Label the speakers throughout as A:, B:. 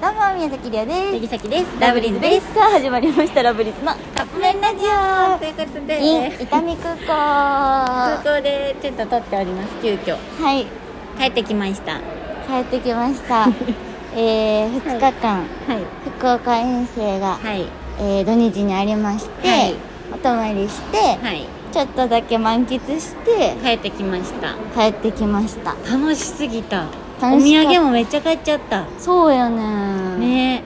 A: どうも宮崎りお
B: ネ
A: で
B: ギ
A: す
B: サキです
A: すさあ始まりましたラブリーズのカップ麺ラジ
B: ということ
A: オ in
B: で
A: 伊丹空港は
B: 空港でちょっと撮っております急遽
A: い
B: 帰ってきましたは
A: 帰ってきました えー、2日間、
B: い
A: 福岡遠征が、
B: はい
A: えー土日にありまして、
B: はい
A: お泊まりして、
B: はい
A: ちょっとだけ満喫して
B: 帰ってきました
A: 帰ってきました
B: 楽しすぎた
A: 楽
B: お
A: しかっ
B: 土
A: た
B: 産もめっちゃ買っちゃった
A: そうよね
B: ね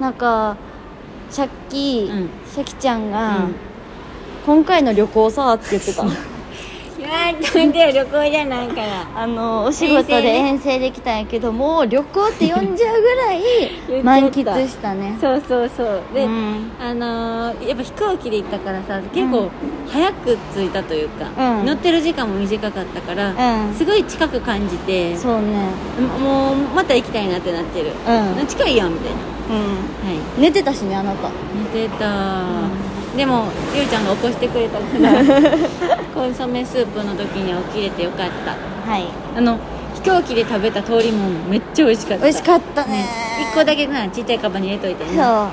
A: なんかシャッキー、
B: うん
A: シャキちゃんが、
B: うん
A: 今回の旅行さ」って言って た
B: いやーで旅行じゃないから
A: あのお仕事で遠
B: 遠
A: 征できたんやけどもう旅行って呼んじゃうぐらい
B: 言っ
A: 満
B: ちゃった
A: 喫したね
B: そうそうそうで、
A: うん
B: あのーやっぱ飛行機で行ったからさ結構早く着いたというか、
A: うん
B: 乗ってる時間も短かったから、
A: うん
B: すごい近く感じて
A: そうね
B: もうまた行きたいなってなってる、
A: うん、うん、
B: 近いやんみたいなは
A: 寝てたしねあなた
B: い寝てた、でもゆうちゃんが起こしてくれたから コンソメスープの時には起きれてよかった
A: はい
B: あの飛行機で食べた通りもめっちゃ美味しかった
A: 美味しか
B: っ
A: ったね
B: 1個だけなちっちゃいカバンに入れといて
A: そ
B: ね
A: う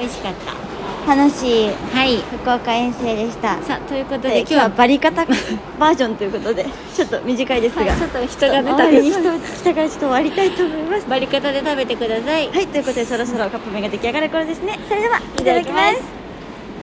B: 美味しかった
A: 楽しい
B: はい
A: 福岡遠征でした
B: さあということ
A: で
B: で
A: 今日
B: 今日
A: は
B: は
A: バリカ タバージョンということでちょっと短いですが、
B: はいちょっと人がね
A: 周りに
B: た
A: 人
B: くさん
A: 来たからちょっと終わりたいと思います
B: バリカタで食べてください
A: はいということでそろそろカップ麺が出来上がる頃ですねそれではいただきます